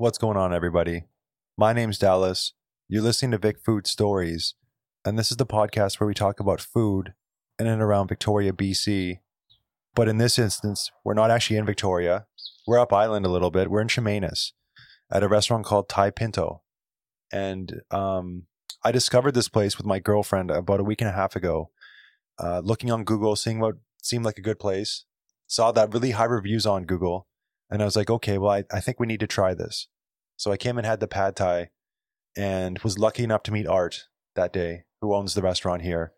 What's going on, everybody? My name's Dallas. You're listening to Vic Food Stories, and this is the podcast where we talk about food in and around Victoria, BC. But in this instance, we're not actually in Victoria. We're up island a little bit. We're in Chemainus at a restaurant called Thai Pinto. And um, I discovered this place with my girlfriend about a week and a half ago, uh, looking on Google, seeing what seemed like a good place. Saw that really high reviews on Google. And I was like, okay, well, I, I think we need to try this. So I came and had the pad thai and was lucky enough to meet Art that day, who owns the restaurant here.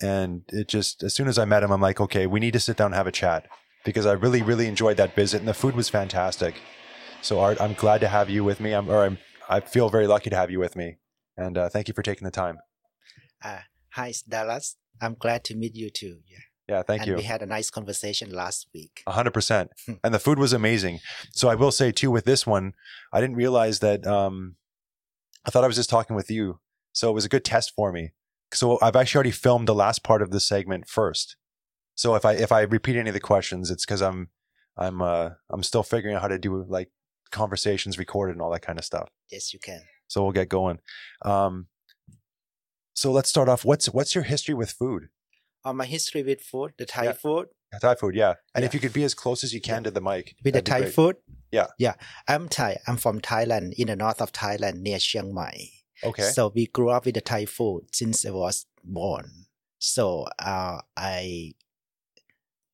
And it just, as soon as I met him, I'm like, okay, we need to sit down and have a chat because I really, really enjoyed that visit and the food was fantastic. So, Art, I'm glad to have you with me. I'm, or I'm, I feel very lucky to have you with me. And uh, thank you for taking the time. Uh, hi, it's Dallas. I'm glad to meet you too. Yeah. Yeah, thank and you. Uh, we had a nice conversation last week. A hundred percent. Hmm. And the food was amazing. So I will say too, with this one, I didn't realize that. Um, I thought I was just talking with you, so it was a good test for me. So I've actually already filmed the last part of this segment first. So if I if I repeat any of the questions, it's because I'm I'm uh, I'm still figuring out how to do like conversations recorded and all that kind of stuff. Yes, you can. So we'll get going. Um, so let's start off. What's what's your history with food? On my history with food, the Thai Yeah. food, Thai food, yeah. And if Yeah. you could be as close as you can to the mic, with that'd the be Thai great. food. Yeah. Yeah. I'm Thai. I'm from Thailand, in the north of Thailand, near Chiang Mai. Okay. So we grew up with the Thai food since I was born. So uh, I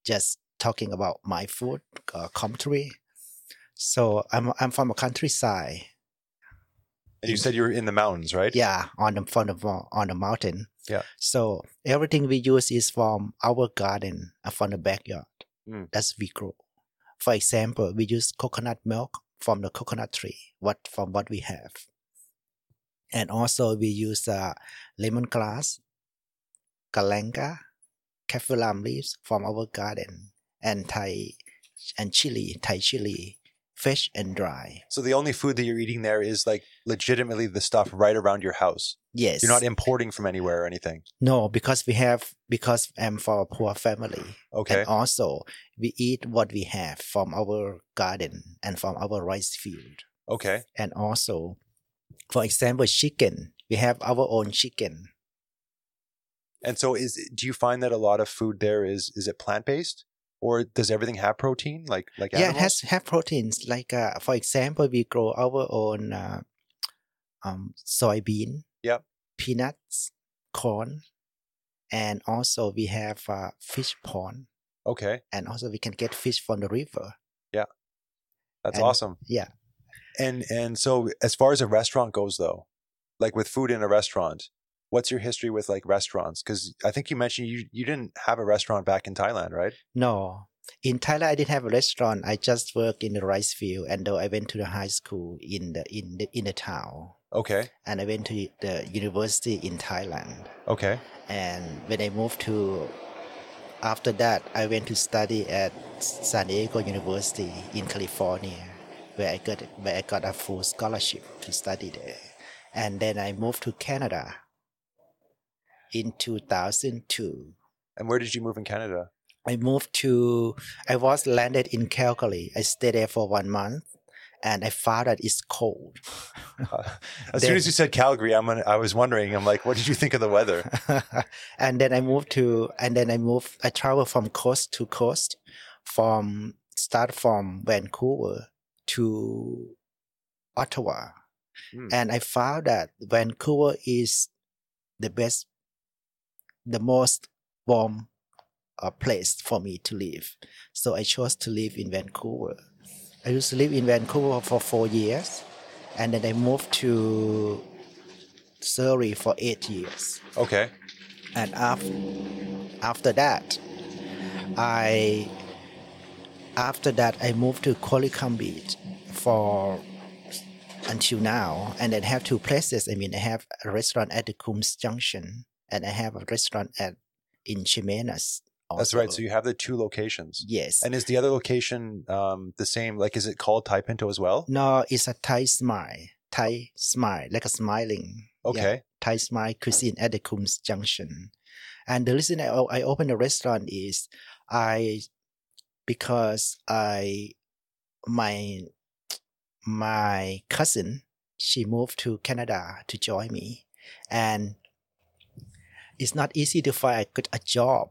just talking about my food uh, country. So I'm I'm from a countryside. And you said you were in the mountains, right? Yeah, on the from the mo- on the mountain. Yeah. So everything we use is from our garden, uh, from the backyard. Mm. That's we grow. For example, we use coconut milk from the coconut tree, what from what we have, and also we use uh, lemongrass, galanga, kaffir lime leaves from our garden, and Thai and chili, Thai chili, fresh and dry. So the only food that you're eating there is like legitimately the stuff right around your house. Yes, You're not importing from anywhere or anything. no because we have because I'm from a poor family. Okay. And also, we eat what we have from our garden and from our rice field. Okay. And also, for example, chicken. We have our own chicken. And so is do you find that a lot of food there is is it plant based or does everything have protein like like Yeah, it animals? has have proteins. Like, uh, for example, we grow our own uh, um, soybean, Yep. peanuts, corn, and also we have uh, fish pond. Okay. And also, we can get fish from the river. That's And- awesome. yeah. And and so as far as a restaurant goes though, like with food in a restaurant, what's your history with like restaurants? Cuz I think you mentioned you you didn't have a restaurant back in Thailand, right? No. In Thailand, I didn't have a restaurant. I just worked in the rice field, and though I went to the high school in the in the in the town, Okay. and I went to the university in Thailand. Okay. And when I moved to, after that, I went to study at San Diego University in California, where I got where I got a full scholarship to study there. And then I moved to Canada in two thousand two. And where did you move in Canada? I moved to, I was landed in Calgary. I stayed there for one month and I found that it's cold. Uh, as soon as Then- you said Calgary, I'm gonna, I was wondering. I'm like, what did you think of the weather? and then I moved to, and then I moved, I traveled from coast to coast, from, start from Vancouver to Ottawa. Hmm. And I found that Vancouver is the best, the most warm uh, place for me to live. So I chose to live in Vancouver. I used to live in Vancouver for four years, and then I moved to Surrey for eight years. Okay, And after, after that, I after that I moved to Qualicum Beach for until now, and I have two places. I mean, I have a restaurant at the Coombs Junction, and I have a restaurant at in Chimenas. that's right. So you have the two locations, yes, and is the other location um, the same? Like, is it called Thai Pinto as well? no, it's a Thai smile, Thai smile, like a smiling. yeah. Okay, Thai Smile Cuisine at the Coombs Junction. And the reason I, o- I opened a restaurant is I because I my my cousin she moved to Canada to join me, and it's not easy to find a good a job,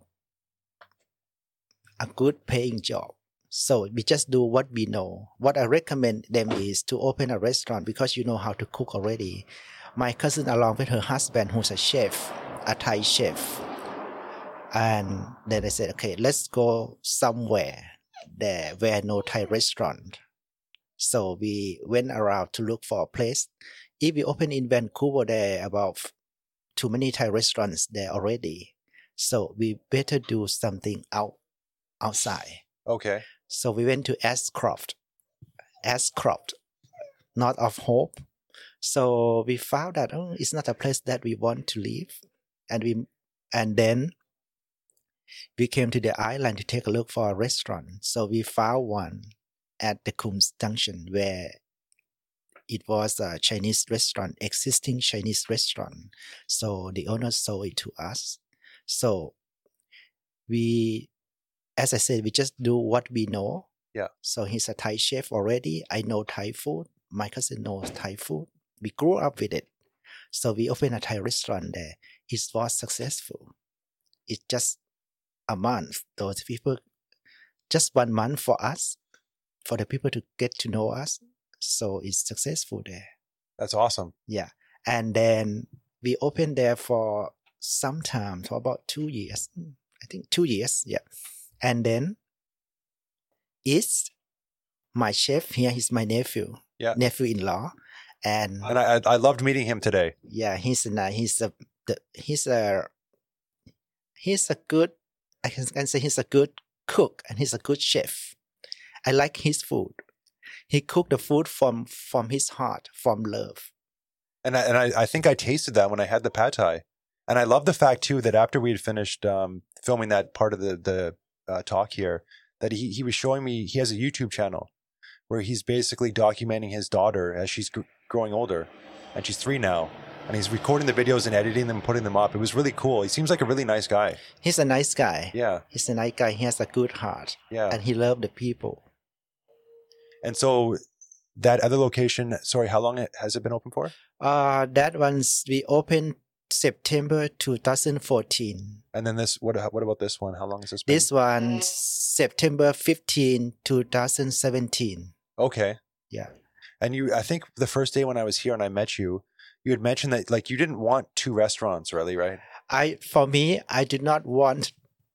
a good paying job. So we just do what we know. What I recommend them is to open a restaurant because you know how to cook already. My cousin, along with her husband, who's a chef, a Thai chef, and then I said, okay, let's go somewhere there where no Thai restaurant. So we went around to look for a place. If we open in Vancouver, there are about too many Thai restaurants there already. So we better do something out outside. Okay. So we went to Ascroft, Ascroft, north of Hope. So we found that oh, it's not a place that we want to live, and we and then we came to the island to take a look for a restaurant. So we found one at the Coombs Junction where it was a Chinese restaurant, existing Chinese restaurant. So the owner sold it to us. So we, as I said, we just do what we know. Yeah. So he's a Thai chef already. I know Thai food. My cousin knows Thai food. We grew up with it. So we opened a Thai restaurant there. It was successful. It just a month. Those people, just one month for us, for the people to get to know us. So it's successful there. That's awesome. Yeah. And then we opened there for some time, for about two years. Mm, I think two years. Yeah. And then it's my chef here. He's my nephew. Yeah. Nephew in law. And And I, I, I loved meeting him today. yeah, he's a ni- he's a the, he's a he's a good I can, can say he's a good cook and he's a good chef. I like his food. He cooked the food from from his heart, from love. And I, and I, I think I tasted that when I had the pad thai. And I love the fact too that after we had finished um, filming that part of the the uh, talk here, that he he was showing me he has a YouTube channel where he's basically documenting his daughter as she's gr- growing older, and she's three now, and he's recording the videos and editing them, and putting them up. It was really cool. He seems like a really nice guy. He's a nice guy. Yeah, He's a nice guy. He has a good heart yeah. and he loved the people. And so that other location, sorry, how long has it been open for? Uh that one's we opened September 2014. And then this, what what about this one? How long has this been? This one September 15, 2017. okay, Yeah. And you, I think the first day when I was here and I met you, you had mentioned that like you didn't want two restaurants, really, right? I for me, I do not want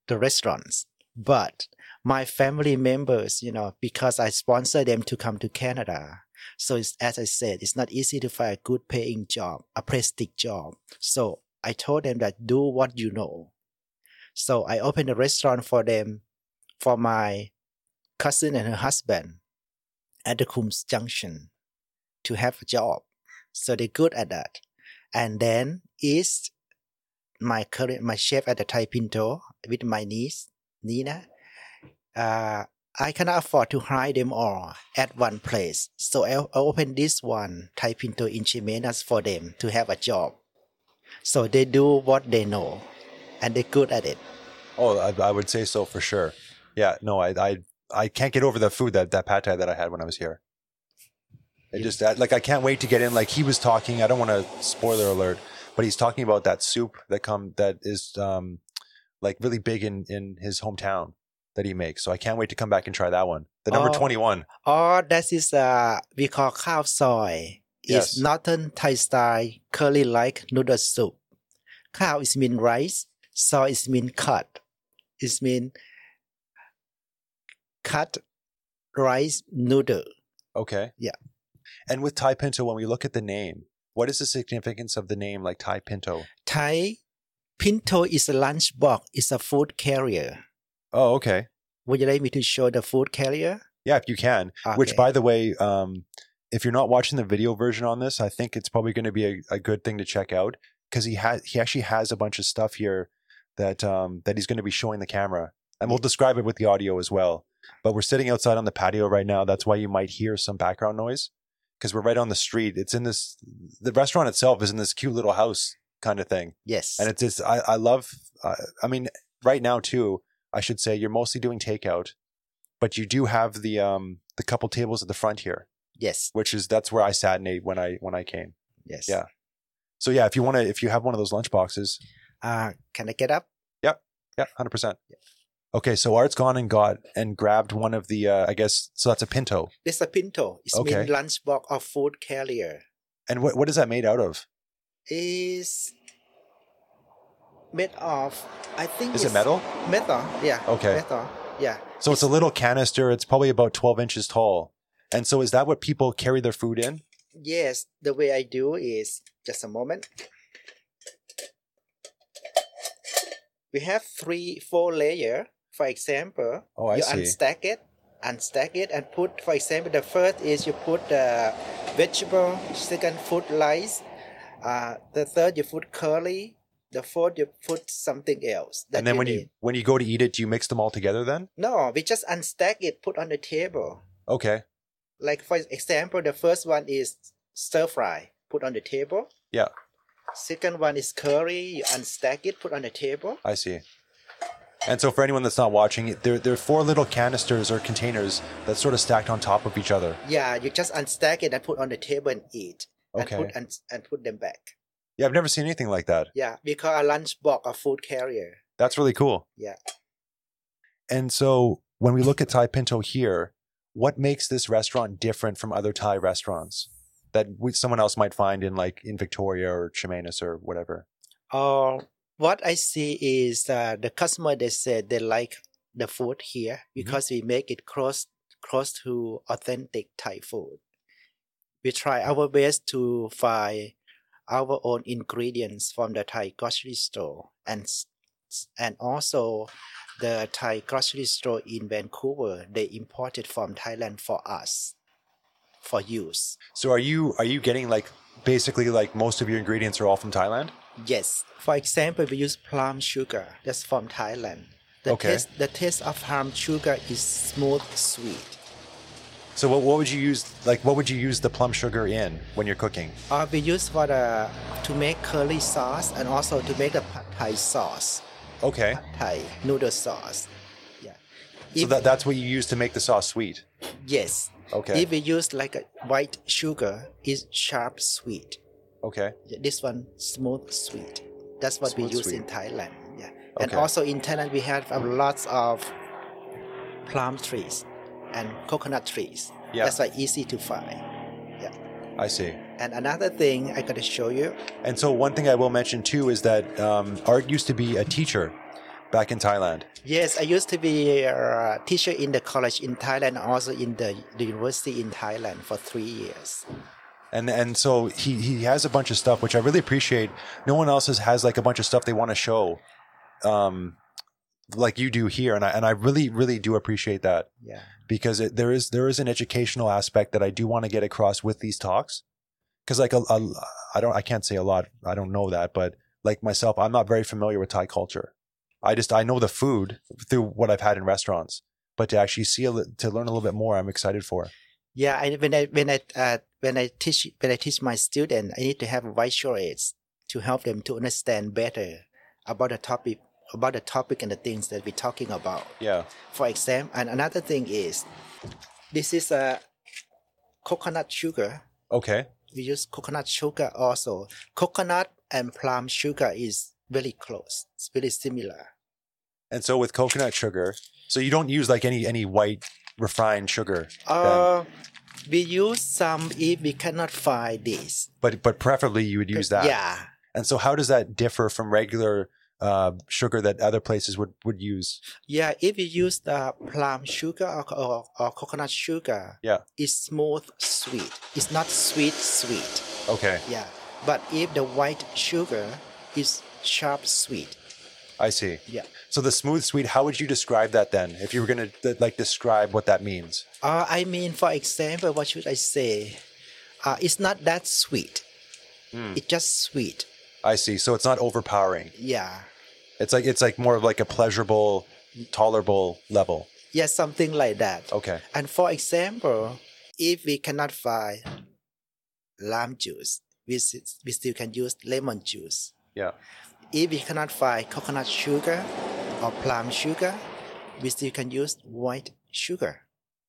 the restaurants, but my family members, you know, because I sponsor them to come to Canada. So it's, as I said, it's not easy to find a good paying job, a prestige job. So I told them that do what you know. So I opened a restaurant for them, for my cousin and her husband at the Coombs Junction to have a job. So they're good at that. And then East my current my chef at the Thai Pinto with my niece Nina. Uh, I cannot afford to hire them all at one place, so I, I opened this one Thai Pinto in Chimenas for them to have a job. So they do what they know, and they're good at it. Oh, I, I would say so for sure. Yeah, no, I, I, I can't get over the food that that pad thai that I had when I was here. It just that like I can't wait to get in. Like he was talking, I don't want to spoiler alert, but he's talking about that soup that come that is um like really big in in his hometown that he makes. So I can't wait to come back and try that one. The number Oh. twenty one. Or that is uh we call khao soy. Yes. It's northern Thai style curly like noodle soup. Khao is mean rice, soy is mean cut. It's mean cut rice noodle. Okay. Yeah. And with Thai Pinto, when we look at the name, what is the significance of the name like Thai Pinto? Thai pinto is a lunchbox, it's a food carrier. Oh, okay. Would you like me to show the food carrier? Yeah, if you can. Which, Okay. by the way, um, if you're not watching the video version on this, I think it's probably going to be a, a good thing to check out because he has he actually has a bunch of stuff here that um, that he's going to be showing the camera, and we'll describe it with the audio as well. But we're sitting outside on the patio right now. That's why you might hear some background noise because we're right on the street. It's in this the restaurant itself is in this cute little house kind of thing. yes. and it's just I, I love. Uh, I mean, right now too, I should say you're mostly doing takeout, but you do have the um the couple tables at the front here. Yes. which is that's where I sat and ate when I when I came. Yes. Yeah. So yeah, if you want to, if you have one of those lunch boxes, Uh, can I get up? yeah, hundred percent. Okay, so Art's gone and got and grabbed one of the, uh, I guess, so that's a pinto. This is a pinto. It's mean Okay. lunchbox or food carrier. And what what is that made out of? Is made of I think Is it it's metal? Metal, yeah. Okay. Metal. Yeah. So it's a little canister. It's probably about twelve inches tall. And so is that what people carry their food in? Yes, the way I do is just a moment. We have three, four layer. For example, Oh, I you see. unstack it, unstack it, and put. For example, the first is you put the vegetable. Second, food rice. Uh, the third, you put curry. The fourth, you put something else. that and then when you need. when you go to eat it, do you mix them all together then? no, we just unstack it, put on the table. Okay. like for example, the first one is stir fry, put on the table. Yeah. Second one is curry, you unstack it, put on the table. I see. And so, for anyone that's not watching, there, there are four little canisters or containers that's sort of stacked on top of each other. Yeah, you just unstack it and put on the table and eat. Okay. And put and, and put them back. Yeah, I've never seen anything like that. Yeah, we call a lunchbox a food carrier. That's really cool. Yeah. And so, when we look at Thai Pinto here, what makes this restaurant different from other Thai restaurants that we, someone else might find in like in Victoria or Chimanas or whatever? Uh, what I see is uh, the customer they said they like the food here because we make it close close to authentic Thai food. We try our best to find our own ingredients from the Thai grocery store and s- s- and also the Thai grocery store in Vancouver they imported from Thailand for us for use. So, are you are you getting like basically like most of your ingredients are all from Thailand? Yes. For example, we use plum sugar. That's from Thailand. The Okay. taste the taste of plum sugar is smooth, sweet. So, what, what would you use like what would you use the plum sugar in when you're cooking? Uh, we use for the to make curry sauce and also to make the pad Thai sauce, Okay. pad Thai noodle sauce. Yeah. So If- that, that's what you use to make the sauce sweet. yes. Okay. If we use like a white sugar, it's sharp sweet. Okay. Yeah, This one smooth sweet. That's what we Smooth use sweet. in Thailand. Yeah. And Okay. also in Thailand we have a lots of plum trees and coconut trees. Yeah. That's why easy to find. I see. And another thing I gotta show you. And so one thing I will mention too is that um, Art used to be a teacher back in Thailand. Yes, I used to be a uh, teacher in the college in Thailand, also in the, the university in Thailand for three years. And and so he, he has a bunch of stuff which I really appreciate. No one else has, has like a bunch of stuff they want to show. Um like you do here and I and I really really do appreciate that Yeah. because it, there is there is an educational aspect that I do want to get across with these talks cuz like a, a, I don't I can't say a lot I don't know that but like myself I'm not very familiar with Thai culture. I just I know the food through what I've had in restaurants but to actually see a, li- to learn a little bit more I'm excited for. Yeah, I, when I when I uh, when I teach when I teach my student, I need to have visual aids to help them to understand better about the topic about the topic and the things that we're talking about. Yeah. For example, and another thing is this is a coconut sugar. Okay. We use coconut sugar also. Coconut and plum sugar is very close. It's very similar. And so with coconut sugar, so you don't use like any any white refined sugar, Uh, we use some if we cannot find this. but but preferably you would use that. Yeah. And so how does that differ from regular uh, sugar that other places would would use? Yeah, if you use the plum sugar or, co- or, or coconut sugar, Yeah. it's smooth sweet. It's not sweet sweet. Okay, Yeah, but if the white sugar is sharp sweet. I see. Yeah. So the smooth sweet, how would you describe that then? If you were gonna th- like describe what that means? Uh, I mean, for example, what should I say? Uh, it's not that sweet. It's just sweet. I see. So it's not overpowering. Yeah. It's like it's like more of like a pleasurable, tolerable level. Yeah, something like that. Okay. And for example, if we cannot find lime juice, we, s- we still can use lemon juice. Yeah. If we cannot find coconut sugar or plum sugar, we still can use white sugar.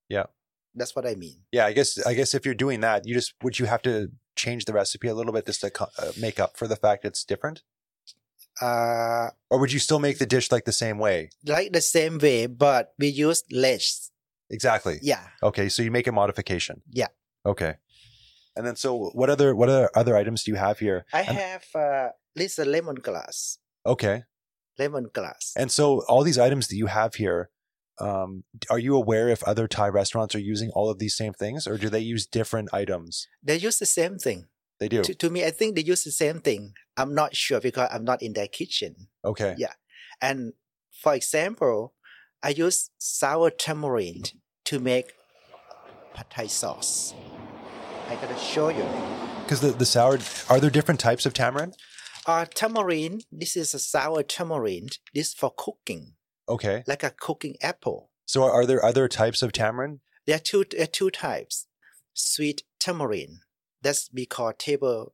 Yeah. That's what I mean. Yeah, I guess I guess if you're doing that, you just would you have to change the recipe a little bit just to co- uh, make up for the fact it's different, Uh, or would you still make the dish like the same way? like the same way, but we use less. Exactly. Yeah. Okay, so you make a modification. Yeah. Okay. And then, so what other what other other items do you have here? I And- have uh, this is lemongrass. Okay. Lemongrass. And so all these items that you have here, um, are you aware if other Thai restaurants are using all of these same things, or do they use different items? They use the same thing. They do. To, to me, I think they use the same thing. I'm not sure because I'm not in their kitchen. Okay. And for example, I use sour tamarind to make pad thai sauce. I gotta show you. Because the the sour are there different types of tamarind? Uh, tamarind. This is a sour tamarind. This is for cooking, Okay. like a cooking apple. So are, are there other types of tamarind? There are two. There are two types. Sweet tamarind. That's we call table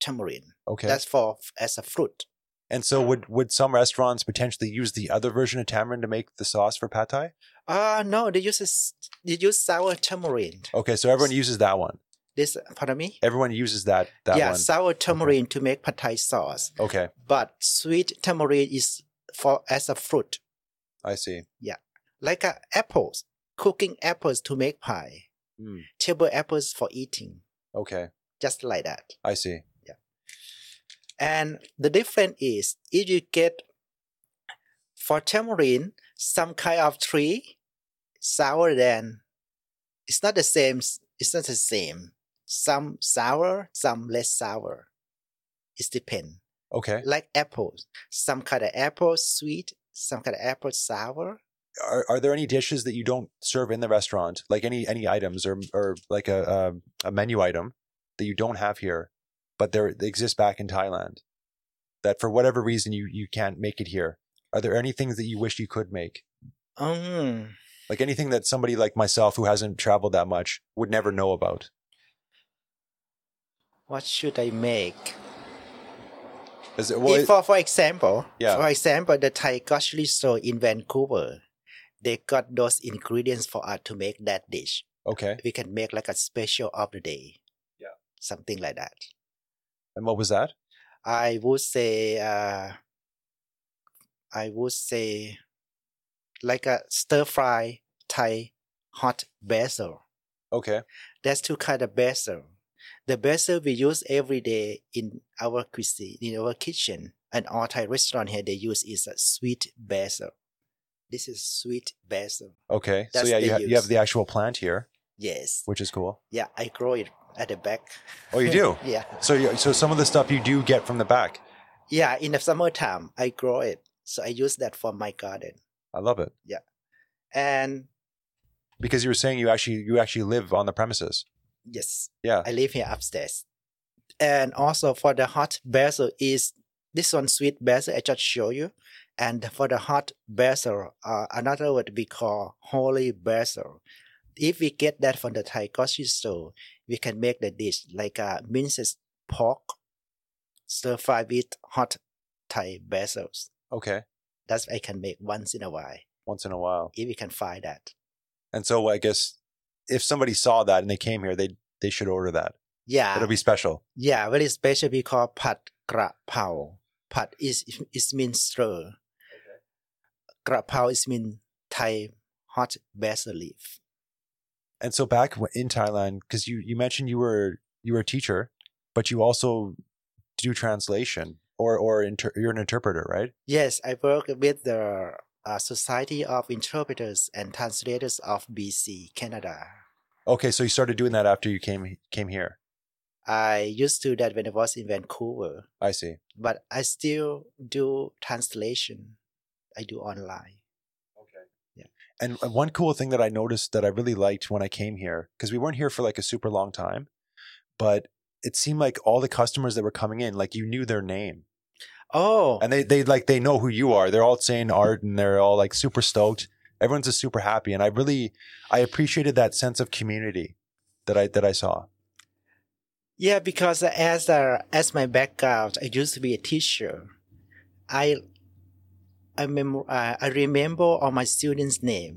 tamarind. Okay. That's for as a fruit. and so would would some restaurants potentially use the other version of tamarind to make the sauce for pad thai? Uh no, they use s- they use sour tamarind. Okay, so everyone uses that one. This pardon me? Everyone uses that that yeah, one. sour tamarind to make pad thai sauce. okay, But sweet tamarind is for as a fruit, I see. like a apples, cooking apples to make pie. Mm. Table apples for eating, Okay, just like that. I see. And the difference is if you get for tamarind some kind of tree sour then it's not the same it's not the same some sour some less sour it's depend Okay, like apples some kind of apple sweet some kind of apple sour are are there any dishes that you don't serve in the restaurant, like any any items or or like a um, a menu item that you don't have here, but they're, they exist back in Thailand, that for whatever reason you you can't make it here? Are there any things that you wish you could make? um Like anything that somebody like myself who hasn't traveled that much would never know about. what should i make Is it, well, if it- for, for example, Yeah. for example, the Thai grocery store in Vancouver, they got those ingredients for us to make that dish. okay. We can make like a special of the day. Yeah. Something like that. And what was that? I would say, uh, I would say, like a stir fry Thai hot basil. Okay. There's two kind of basil. The basil we use every day in our cuisine, in our kitchen, and all Thai restaurant here they use is a sweet basil. This is sweet basil. Okay. That's so yeah, the you, ha- you use. have the actual plant here, Yes. which is cool. Yeah, I grow it at the back. Oh, you do. yeah. so you, so some of the stuff you do get from the back. Yeah, in the summertime I grow it. So I use that for my garden. I love it And because you were saying you actually you actually live on the premises. yes, Yeah. I live here upstairs. And also for the hot basil is this one sweet basil I just show you. And for the hot basil, uh, another word we call holy basil. If we get that from the Thai grocery store, we can make the dish like a minced pork stir fry with hot Thai basils. Okay. That's I can make once in a while Once in a while. if we can find that. And so I guess if somebody saw that and they came here, they they should order that. Yeah. It'll be special. Yeah, very special we call pad gra pao. Pad is is means stir. Gra pao is mean Thai hot basil leaf. And so back w- in Thailand, because you you mentioned you were you were a teacher, but you also do translation or or inter- you're an interpreter, right? Yes, I work with the uh, Society of Interpreters and Translators of BC, Canada. Okay. So you started doing that after you came came here. I used to do that when I was in Vancouver, I see. but I still do translation. I do online. And uh, one cool thing that I noticed that I really liked when I came here, because we weren't here for like a super long time, but it seemed like all the customers that were coming in, like you knew their name. Oh, And they they like they know who you are. They're all saying art and they're all like super stoked. Everyone's just super happy. And I really I appreciated that sense of community that I that I saw. Yeah, because as a, as my background, I used to be a teacher. I I, mem- uh, I remember all my students' name.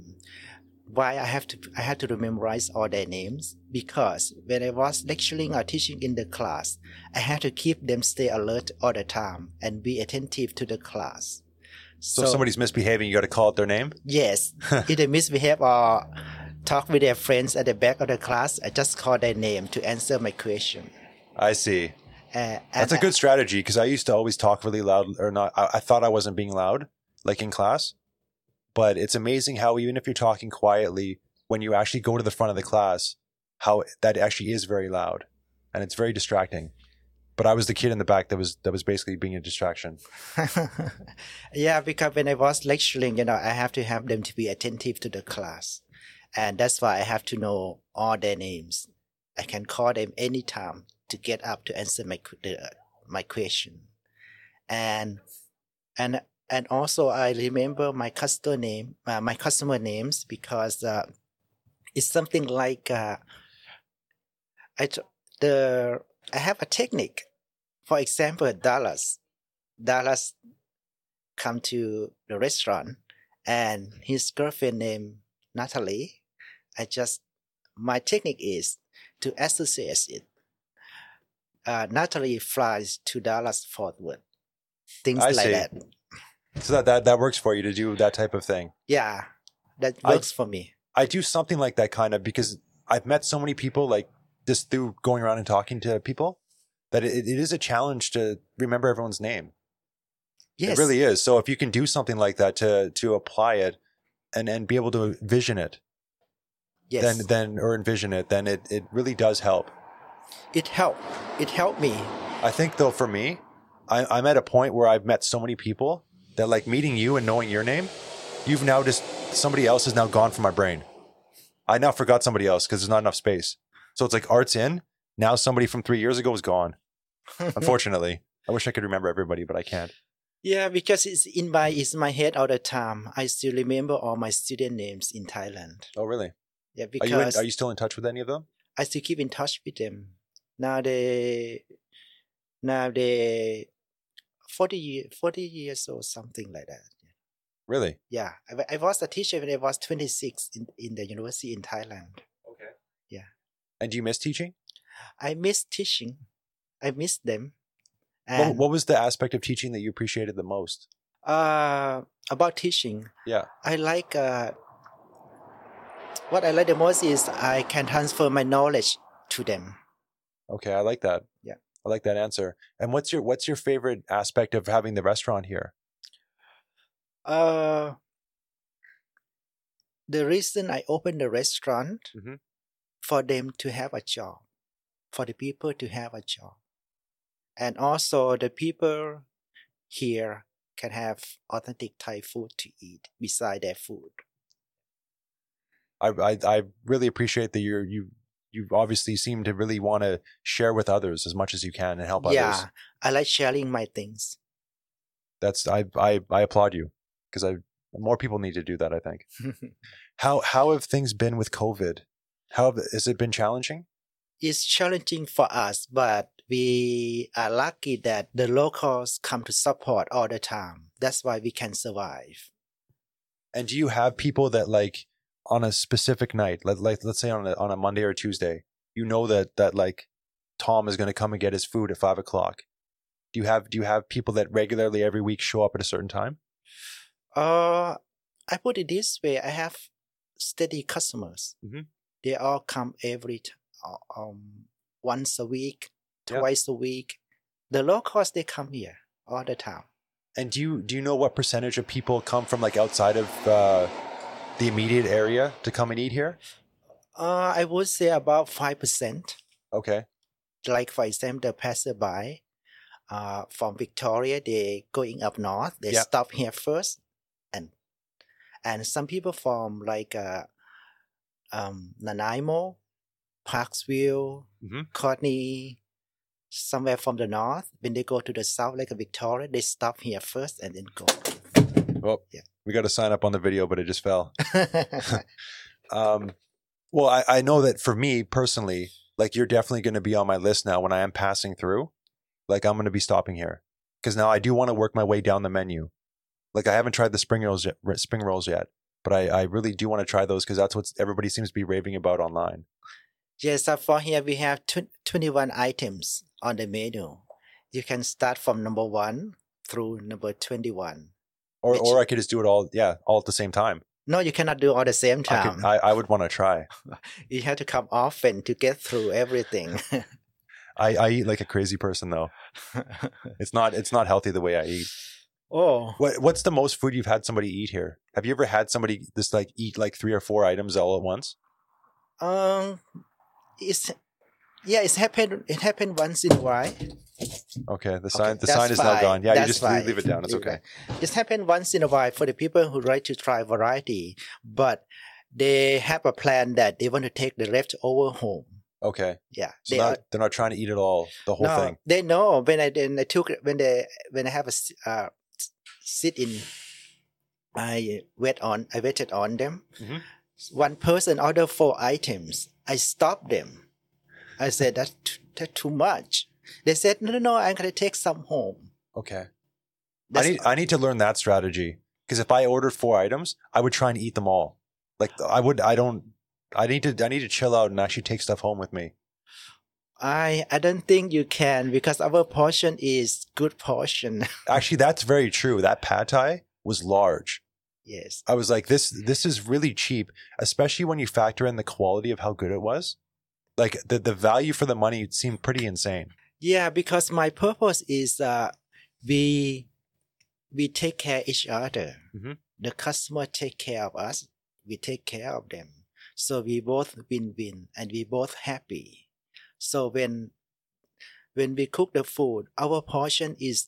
why I have to I had to memorize all their names because when I was lecturing or teaching in the class, I had to keep them stay alert all the time and be attentive to the class. So, if somebody's misbehaving, you got to call out their name. yes, if they misbehave or talk with their friends at the back of the class, I just call their name to answer my question. I see. Uh, That's and a good strategy because I used to always talk really loud or not. I, I thought I wasn't being loud, like in class. But it's amazing how even if you're talking quietly, when you actually go to the front of the class, how that actually is very loud, and it's very distracting. But I was the kid in the back that was that was basically being a distraction. yeah, because when I was lecturing, you know, I have to have them to be attentive to the class. And that's why I have to know all their names. I can call them anytime to get up to answer my que- the, my question. And and and also I remember my customer name, uh, my customer names because uh, it's something like uh, I t- the I have a technique. For example, Dallas. Dallas come to the restaurant and his girlfriend named Natalie. I just my technique is to associate it. Uh, Natalie flies to Dallas forward. Things I like see. that. So that, that that works for you to do that type of thing. Yeah. That I- works for me. I do something like that kind of because I've met so many people like just through going around and talking to people that it, it is a challenge to remember everyone's name. Yes. It really is. So if you can do something like that to to apply it and and be able to vision it, yes. then then or envision it, then it it really does help. it helped. It helped me. I think though for me, I, I'm at a point where I've met so many people that like meeting you and knowing your name, you've now just somebody else is now gone from my brain. I now forgot somebody else because there's not enough space. So it's like art's in. Now somebody from three years ago is gone. Unfortunately, I wish I could remember everybody, but I can't. Yeah, because it's in my it's my head all the time. I still remember all my student names in Thailand. Oh really? Yeah, Are because you in, are you still in touch with any of them? I still keep in touch with them. Now they now they 40, year- 40 years or something like that. Really? Yeah, I, wa- I was a teacher when I was 26 in, in the university in Thailand. Okay. Yeah. And do you miss teaching? I miss teaching. I miss them. What, And what was the aspect of teaching that you appreciated the most? Uh, about teaching, Yeah. I like uh, what I like the most is I can transfer my knowledge to them. Okay, I like that. Yeah. I like that answer. And what's your what's your favorite aspect of having the restaurant here? Uh, the reason I opened the restaurant Mhm. for them to have a job, for the people to have a job, and also the people here can have authentic Thai food to eat beside their food. I I, I really appreciate that you're you you obviously seem to really want to share with others as much as you can and help yeah, others. I like sharing my things. That's I I, I applaud you because I more people need to do that. I think. How how have things been with COVID? How have, has it been challenging? it's challenging for us, but we are lucky that the locals come to support all the time. That's why we can survive. And do you have people that like on a specific night, like, like let's say on a, on a Monday or Tuesday, you know that that like Tom is going to come and get his food at five o'clock. Do you have do you have people that regularly every week show up at a certain time? Uh, I put it this way: I have steady customers. Mhm. They all come every t- uh, um once a week, Yeah. twice a week. The locals they come here all the time. And do you do you know what percentage of people come from like outside of uh, the immediate area to come and eat here? Uh, I would say about five percent. Okay, like for example the passerby uh, from Victoria, they going up north. They Yeah. stop here first, and and some people from like uh, um, Nanaimo, Parksville, Mhm. Courtney, somewhere from the north. When they go to the south, like Victoria, they stop here first and then go. we got to sign up on the video, but it just fell. Um, well, I, I know that for me personally, like you're definitely going to be on my list now when I am passing through. Like I'm going to be stopping here because now I do want to work my way down the menu. Like I haven't tried the spring rolls yet, r- spring rolls yet, But I, I really do want to try those because that's what everybody seems to be raving about online. Yes, so for here we have tw- 21 items on the menu. You can start from number one through number 21. Or, Which- or I could just do it all, yeah, all at the same time. No, you cannot do all the same I, time. could, I, I would want to try. you have to come often to get through everything. I, I eat like a crazy person though. It's not it's not healthy the way I eat. oh, What what's the most food you've had somebody eat here? Have you ever had somebody just like eat like three or four items all at once? um, it's yeah, it's happened. It happened once in a while. Okay, the sign Okay, the that's sign is now fine. gone. Yeah, you That's just fine. leave it down. It's Leave okay. that. This happened once in a while for the people who like to try variety, but they have a plan that they want to take the leftover home. Okay. Yeah, So they not, are- they're not trying to eat it all, the whole thing. they know when I when I took when they when I have a s- uh, s- sit in, I wait on I waited on them. Mhm. One person order four items. I stopped them. I said that's t- that's too much. They said no no no I'm gonna take some home. Okay. I That's, need I need to learn that strategy because if I ordered four items, I would try and eat them all. Like I would I don't I need to I need to chill out and actually take stuff home with me. I I don't think you can because our portion is good portion. Actually, that's very true. That pad thai was large. yes. I was like, this this is really cheap, especially when you factor in the quality of how good it was. Like the the value for the money seemed pretty insane. Yeah, because my purpose is uh, we we take care each other. Mhm. The customer take care of us. We take care of them. So we both win win, and we both happy. So when when we cook the food, our portion is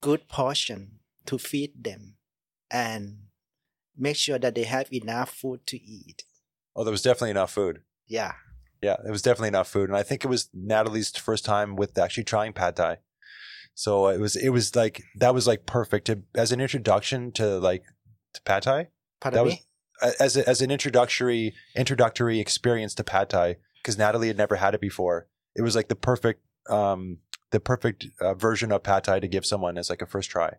good portion to feed them, and make sure that they have enough food to eat. Oh, there was definitely enough food. Yeah. Yeah, it was definitely enough food, and I think it was Natalie's first time with actually trying pad thai. So it was it was like that was like perfect to, as an introduction to like to pad thai Pardon That me. was- A- as a, as an introductory introductory experience to pad thai because Natalie had never had it before. It was like the perfect um the perfect uh, version of pad thai to give someone as like a first try.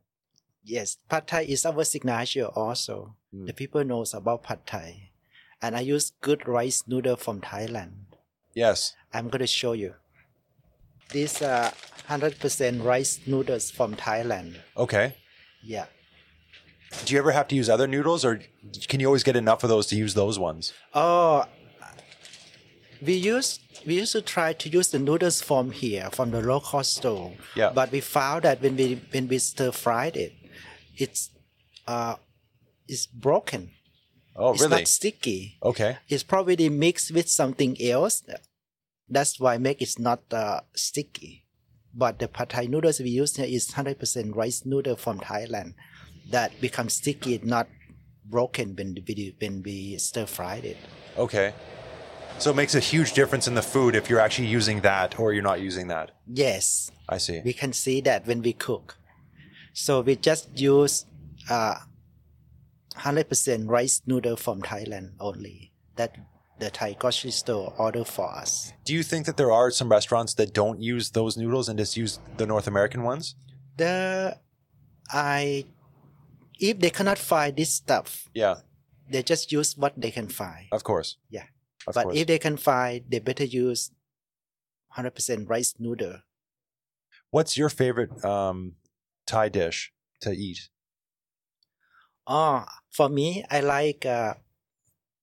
Yes, pad thai is our signature also. Mm. The people knows about pad thai, and I use good rice noodle from Thailand. Yes, I'm gonna show you. These are hundred percent rice noodles from Thailand. Okay. Yeah. Do you ever have to use other noodles, or can you always get enough of those to use those ones? Oh, we used we used to try to use the noodles from here from the local store. Yeah. But we found that when we when we stir fried it, it's uh, it's broken. Oh, it's really? not sticky. Okay. it's probably mixed with something else. That's why make it not uh, sticky. But the pad thai noodles we use here is 100% rice noodle from Thailand that becomes sticky, not broken when we, when we stir fried it. Okay. So it makes a huge difference in the food if you're actually using that or you're not using that. Yes, I see. we can see that when we cook. So we just use uh, 100% rice noodle from Thailand only that the Thai grocery store order for us. Do you think that there are some restaurants that don't use those noodles and just use the North American ones? the I if they cannot find this stuff, Yeah, they just use what they can find. of course. Yeah. Of but course. if they can find, they better use 100% rice noodle. What's your favorite um, Thai dish to eat? Oh, for me, I like uh,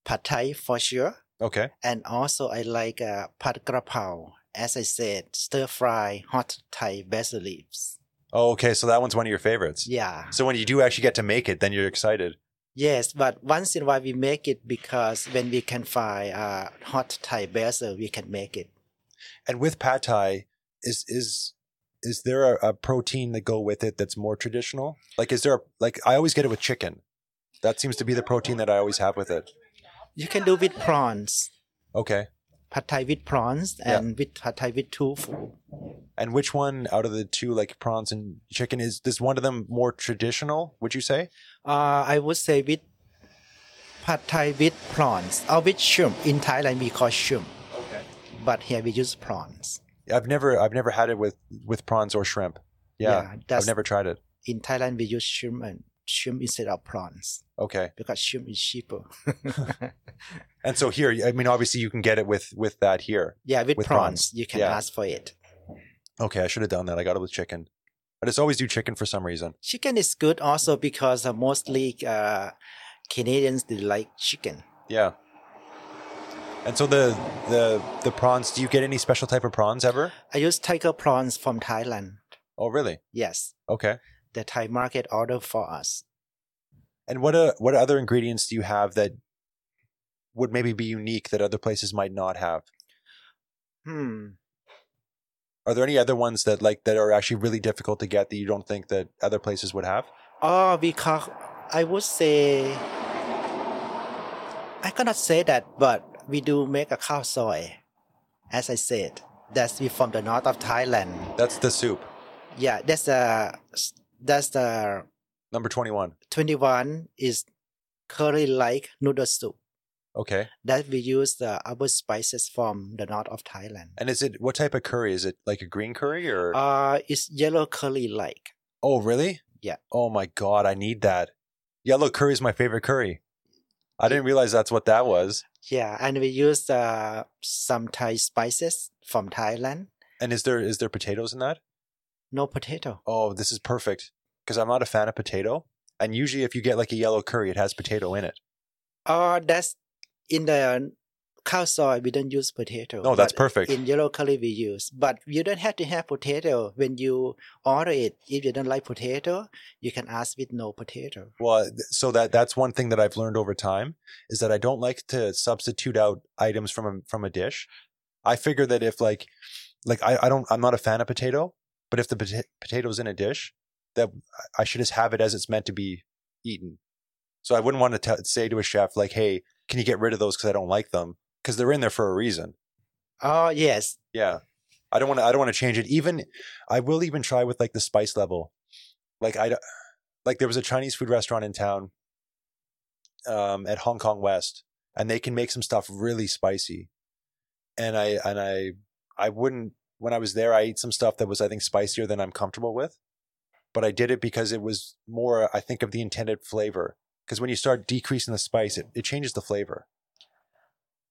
pad thai for sure, Okay. and also I like uh, pad krapao. As I said, stir fry hot Thai basil leaves. Oh, okay. So that one's one of your favorites. Yeah. So when you do actually get to make it, then you're excited. Yes, but once in a while we make it because when we can find uh, hot Thai basil, we can make it. And with pad thai, is is is there a, a protein that go with it that's more traditional? Like, is there a, like I always get it with chicken. That seems to be the protein that I always have with it. You can do with prawns, Okay. pad thai with prawns, Yeah. and with pad thai with tofu. And which one out of the two, like prawns and chicken, is this one of them more traditional? Would you say? Uh, I would say with pad thai with prawns or with shrimp. In Thailand, we call shrimp, Okay. but here we use prawns. I've never I've never had it with with prawns or shrimp. Yeah, that's I've never tried it. in Thailand we use shrimp and shrimp instead of prawns Okay. because shrimp is cheaper. And so here, I mean, obviously you can get it with with that here. yeah, with, With prawns, prawns, you can yeah. ask for it. Okay, I should have done that. I got it with chicken. I just always do chicken for some reason. Chicken is good also because uh, mostly uh, Canadians they like chicken. Yeah. And so the the the prawns. Do you get any special type of prawns ever? I use tiger prawns from Thailand. Oh, really? Yes, Okay. the Thai market order for us. And what uh, what other ingredients do you have that would maybe be unique that other places might not have? Hmm. Are there any other ones that like that are actually really difficult to get that you don't think that other places would have? Oh, because I would say I cannot say that, but we do make a cow soy, as I said. That's we from the north of Thailand. That's the soup Yeah, that's the that's the number twenty one. twenty one is curry like noodle soup Okay. that we use the other spices from the north of Thailand. And is it what type of curry? Is it like a green curry or? Uh, it's yellow curry like. oh, really? yeah. Oh my god, I need that. Yellow curry is my favorite curry. I didn't realize that's what that was. Yeah, and we use uh, some Thai spices from Thailand. And is there is there potatoes in that? No potato. Oh, this is perfect because I'm not a fan of potato. And usually, if you get like a yellow curry, it has potato in it. Uh, that's in the cow soy. We don't use potato. No, that's but perfect. In yellow curry, we use, but you don't have to have potato when you order it. If you don't like potato, you can ask with no potato. Well, th- so that that's one thing that I've learned over time is that I don't like to substitute out items from a, from a dish. I figure that if like like I, I don't I'm not a fan of potato, but if the pota- potato's in a dish, that I should just have it as it's meant to be eaten. So I wouldn't want to t- say to a chef like, "Hey, can you get rid of those because I don't like them?" Because they're in there for a reason. Oh yes, Yeah. I don't want to I don't want to change it. Even I will even try with like the spice level. Like I don't- like there was a Chinese food restaurant in town um at Hong Kong West and they can make some stuff really spicy. And I and I I wouldn't when I was there I ate some stuff that was I think spicier than I'm comfortable with. But I did it because it was more I think of the intended flavor. Because when you start decreasing the spice, it, it changes the flavor.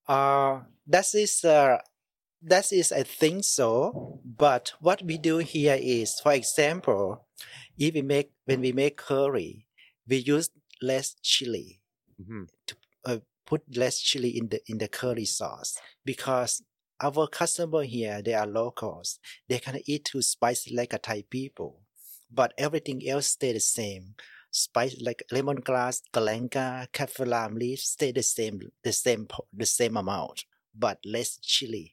uh, that is uh, that is I think so. But what we do here is, for example, if we make when we make curry, we use less chili. Mm-hmm. put less chili in the in the curry sauce because our customer here they are locals they can eat too spicy like a thai people but everything else stay the same spice like lemongrass galanka kaffir lime leaf stay the same the same po- the same amount but less chili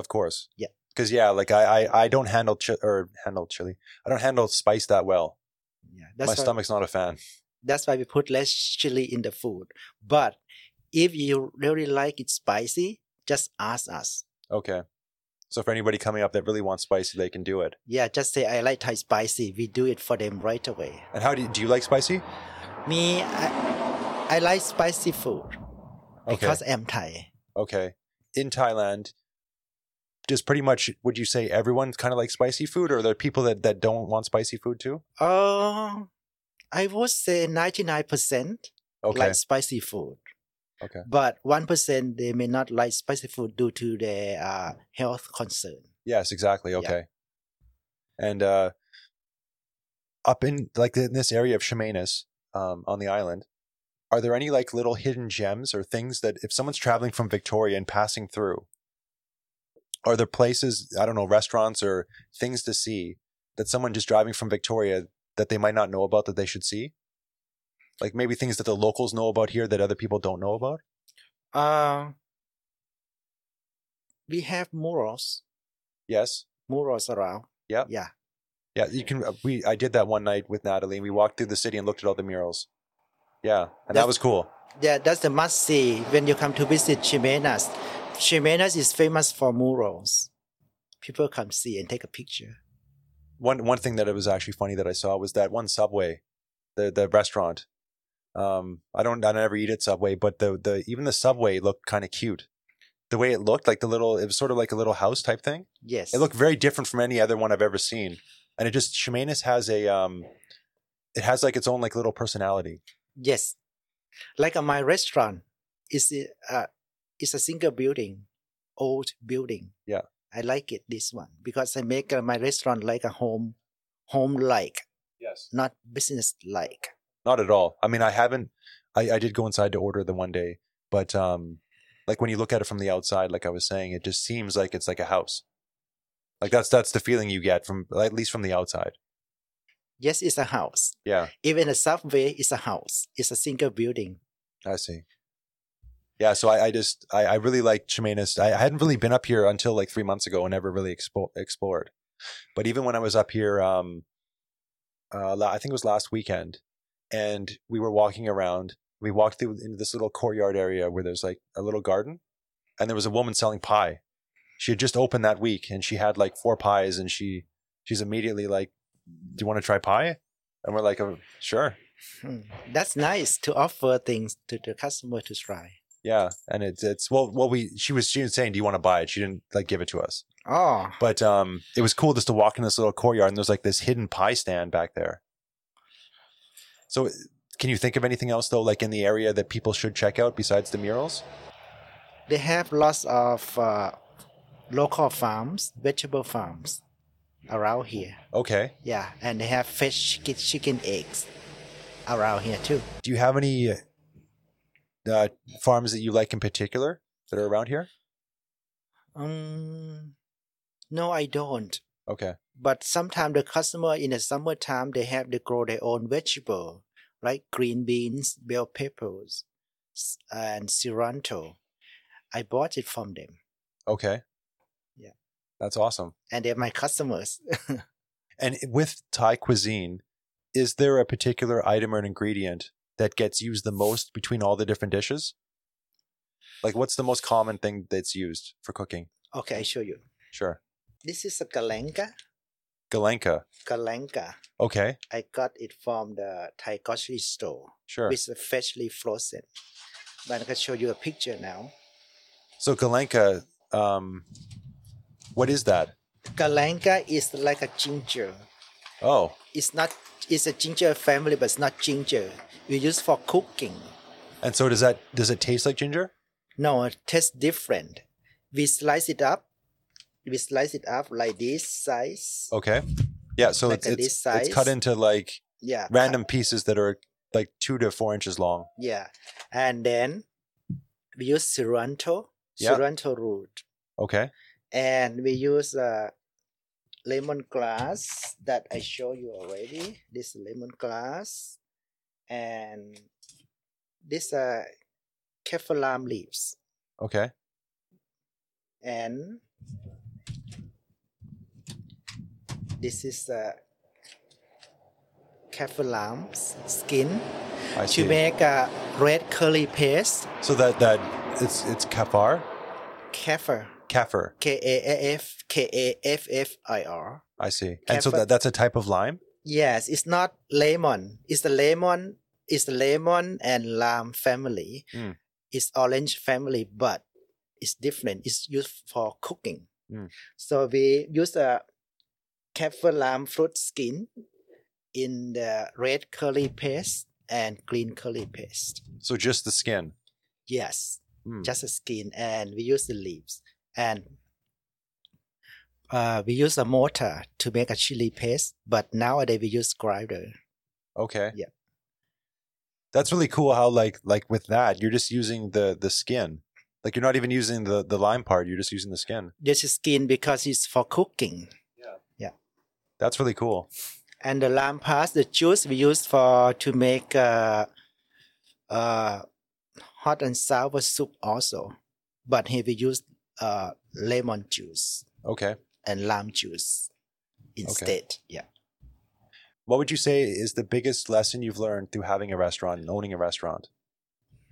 Of course. Yeah. Because yeah, like I I, I don't handle chi- or handle chili. I don't handle spice that well. yeah that's My why, stomach's not a fan. that's why we put less chili in the food but if you really like it spicy just ask us Okay. So for anybody coming up that really wants spicy, they can do it. yeah just say i like thai spicy we do it for them right away And how do you, do you like spicy? Me, I, I like spicy food Okay. because I'm Thai. okay. In Thailand, just pretty much would you say everyone kind of like spicy food, or are there people that that don't want spicy food too? Uh, I would say 99% Okay. like spicy food. Okay. But 1% they may not like spicy food due to their uh, health concern. Yes, exactly. Okay. And uh, up in like in this area of Shemanis, um, on the island, are there any like little hidden gems or things that if someone's traveling from Victoria and passing through, are there places I don't know restaurants or things to see that someone just driving from Victoria that they might not know about that they should see? Like maybe things that the locals know about here that other people don't know about. Uh, we have murals, Yes. murals around. Yep. Yeah. Yeah, you can. uh, We I did that one night with Natalie. and We walked through the city and looked at all the murals. Yeah, and That's- that was cool. Yeah, that's the must see when you come to visit Chimenas. Chimenas is famous for murals. People come see and take a picture. One one thing that it was actually funny that I saw was that one Subway, the the restaurant. Um, I don't I never eat at Subway, but the the even the Subway looked kind of cute. The way it looked, like the little, it was sort of like a little house type thing. Yes. It looked very different from any other one I've ever seen, and it just Shemanis has a um, it has like its own like little personality. Yes, like uh, my restaurant is uh, it's a single building, old building. Yeah. I like it this one because I make uh, my restaurant like a home, home like, Yes. not business like. Not at all. I mean, I haven't. I, I did go inside to order the one day, but um, like when you look at it from the outside, like I was saying, it just seems like it's like a house. Like that's that's the feeling you get from at least from the outside. Yes, it's a house. Yeah, Even a subway is a house. It's a single building. I see. Yeah, so I, I just I, I really like Chimenas. I, I hadn't really been up here until like three months ago and never really expo- explored. But even when I was up here, um, uh, la- I think it was last weekend, and we were walking around. We walked through into this little courtyard area where there's like a little garden, and there was a woman selling pie. She had just opened that week, and she had like four pies, and she she's immediately like, "Do you want to try pie?" And we're like, "Oh, "Sure." Hmm. That's nice to offer things to the customer to try. Yeah, and it's it's well, well, we she was she was saying, "Do you want to buy it?" She didn't like give it to us, Oh, but um, it was cool just to walk in this little courtyard and there's like this hidden pie stand back there. So, can you think of anything else though, like in the area that people should check out besides the murals? they have lots of uh, local farms, vegetable farms around here. Okay, Yeah, and they have fish, chicken, chicken eggs around here too. do you have any uh, farms that you like in particular that are around here? Um, no, I don't. Okay, But sometimes the customer in the summertime they have to grow their own vegetable like green beans, bell peppers, s- and cilantro. I bought it from them, okay, Yeah. that's awesome. and they're my customers. And with Thai cuisine, is there a particular item or an ingredient that gets used the most between all the different dishes? Like, what's the most common thing that's used for cooking? okay, I show you. Sure. This is a galanka. Galanka. Galanka. Okay. I got it from the Thai grocery store. Sure. It's freshly frozen. But I can show you a picture now. So, galanka, um, what is that? Galanka is like a ginger. Oh, It's not. It's a ginger family, but it's not ginger. We use for cooking. and so does that, does it taste like ginger? No, it tastes different. We slice it up. We slice it up like this size. Okay. Yeah. So Like it's, at it's, this it's cut size? Uh, into like Yeah. cut- random pieces that are like two to four inches long. Yeah, and then we use cilantro, Yeah. cilantro root, Okay. and we use uh, lemongrass that I show you already. This lemongrass and this uh, kephalam leaves Okay. and this is uh, kephalam skin I to see. make a red curly paste. So that, that, it's, it's kafar, Kefir. kafir. K A F K A F F I R. I see. And so Kefir. that, that's a type of lime? Yes, it's not lemon. It's the lemon. It's the lemon and lime family. Mm. It's orange family, but it's different. It's used for cooking. Mm. So we use a kaffir lime fruit skin in the red curly paste and green curly paste. So just the skin. Yes, Mm. just the skin, and we use the leaves, and uh, we use a mortar to make a chili paste. But nowadays we use grinder. Okay. Yeah. That's really cool how like like with that, you're just using the the skin. Like you're not even using the the lime part, you're just using the skin. This is skin because it's for cooking, That's really cool. and the lime paste, the juice we use for to make uh, uh, hot and sour soup also. But here we use uh, lemon juice Okay. and lime juice instead. Yeah. What would you say is the biggest lesson you've learned through having a restaurant and owning a restaurant?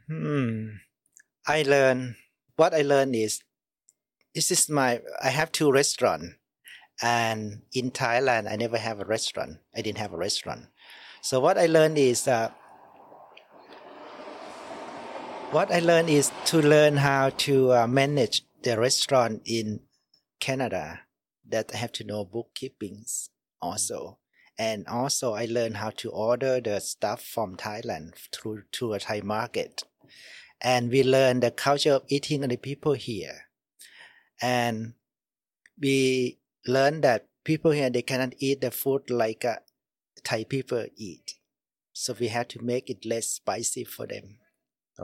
Hmm. I learn what I learn is this is my I have two restaurant and in Thailand I never have a restaurant. I didn't have a restaurant. So what I learned is uh, what I learned is to learn how to uh, manage the restaurant in Canada that I have to know bookkeepings also And also, I learned how to order the stuff from Thailand through to a Thai market. And we learned the culture of eating and the people here. And we learned that people here they cannot eat the food like uh, Thai people eat. So we had to make it less spicy for them.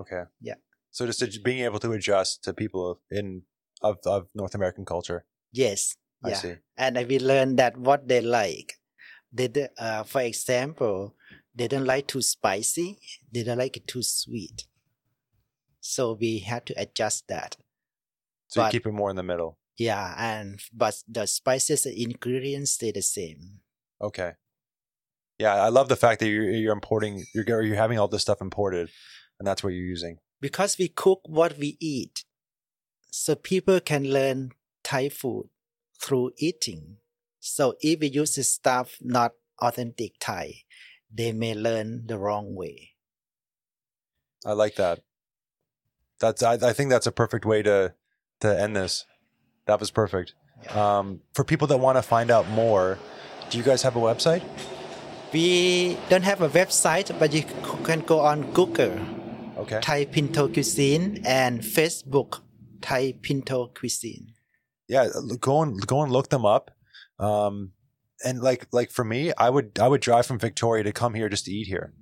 Okay. Yeah. So just ad- being able to adjust to people of, in of of North American culture. Yes. I yeah. see. and we learned that what they like. They, d- uh, for example, they don't like too spicy. They don't like it too sweet. So we had to adjust that. So you But- keep it more in the middle. Yeah, and but the spices and ingredients stay the same. Okay. Yeah, I love the fact that you're you're importing you're go- you're having all this stuff imported, and that's what you're using. because we cook what we eat so people can learn thai food through eating so if we use the stuff not authentic thai they may learn the wrong way I like that. That's I, I think that's a perfect way to to end this. That was perfect. Um, for people that want to find out more, do you guys have a website? we don't have a website but you c- can go on google Okay. thai pinto cuisine and facebook thai pinto cuisine yeah uh, l- go and go and look them up um and like like for me i would i would drive from victoria to come here just to eat here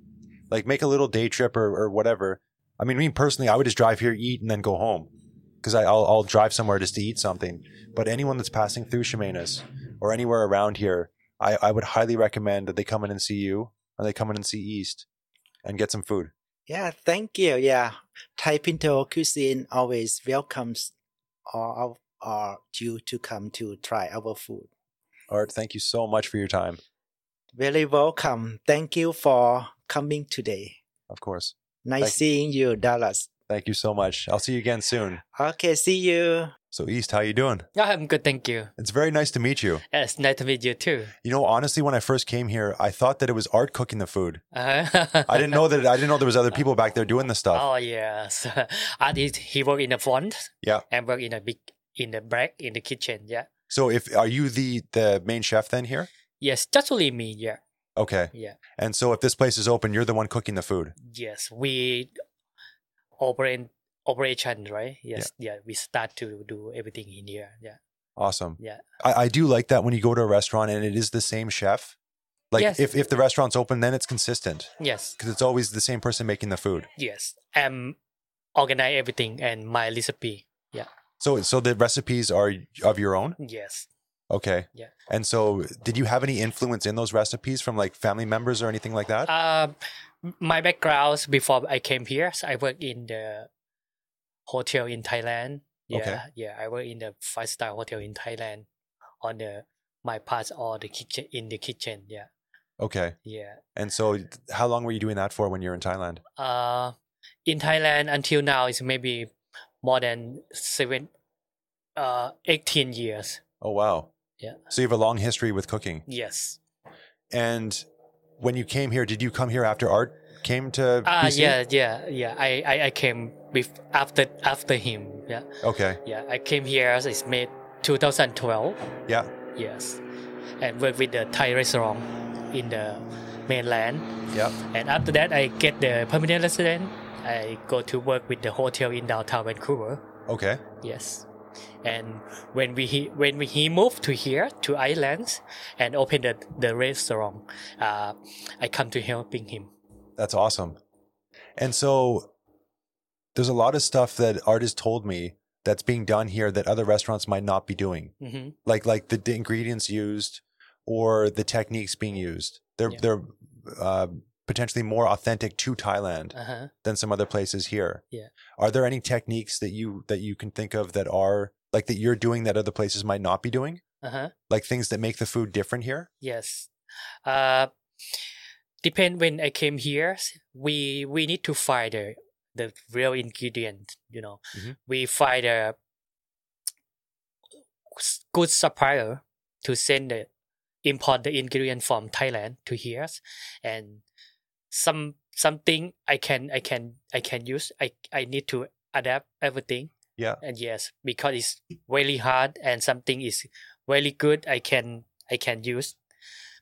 like make a little day trip or, or whatever i mean me personally i would just drive here eat and then go home because I'll, I'll drive somewhere just to eat something but anyone that's passing through Shemanis or anywhere around here I, I would highly recommend that they come in and see you and they come in and see east and get some food yeah thank you yeah thai pinto cuisine always welcomes all our uh, you to come to try our food art thank you so much for your time Very welcome. Thank you for coming today. of course Nice Thank- seeing you, Dallas. thank you so much i'll see you again soon Okay, see you. so east how you doing Yeah, I'm good, thank you. it's very nice to meet you Yeah, It's nice to meet you too. You know, honestly, when I first came here, I thought that it was art cooking the food. Uh-huh. I didn't know that. I didn't know there was other people back there doing this stuff. Oh yes, Art is he work in the front. Yeah. and work in the big in the back in the kitchen. Yeah. So, if are you the the main chef then here? Yes, just only me. Yeah, Okay. yeah. And so, if this place is open, you're the one cooking the food. Yes, we operate operation right. Yes, yeah. We start to do everything in here. Yeah. Awesome. Yeah. I, I do like that when you go to a restaurant and it is the same chef. Like Yes. if if the restaurant's open, then it's consistent Yes. because it's always the same person making the food. Yes. Um, organize everything and my recipe. So so the recipes are of your own. Yes. Okay. Yeah. And so, did you have any influence in those recipes from like family members or anything like that? Um, my background before I came here, so I worked in the hotel in Thailand. Yeah, Okay. yeah, I work in the five star hotel in Thailand. On the my parts or the kitchen in the kitchen. Yeah, okay. yeah. And so, th- how long were you doing that for when you were in Thailand? Uh, in Thailand until now is maybe more than seven, uh, eighteen years. Oh, wow. Yeah. So, you have a long history with cooking. Yes. And when you came here, did you come here after art came to Ah, BC? yeah, yeah, yeah. I, I, I came with after after him. Yeah. Okay. Yeah, I came here as it's made 2012. Yeah. Yes. And work with the Thai restaurant in the mainland. Yeah. And after that, I get the permanent resident. I go to work with the hotel in downtown Vancouver. Okay. Yes. And when we he, when we, he moved to here to Ireland and opened the, the restaurant, uh, I come to helping him. That's awesome. And so, there's a lot of stuff that art has told me that's being done here that other restaurants might not be doing, hmm like like the d- ingredients used or the techniques being used. They're Yeah. they're uh, potentially more authentic to Thailand. Uh-huh. than some other places here. Yeah. Are there any techniques that you that you can think of that are like that you're doing that other places might not be doing? Uh-huh. Like things that make the food different here? Yes. Uh, depend when I came here, we we need to find the the real ingredient. You know, Mhm. we find a s- good supplier to send the import the ingredient from Thailand to here, and some something I can I can I can use. I I need to adapt everything. Yeah. And yes, because it's really hard and something is really good, I can I can use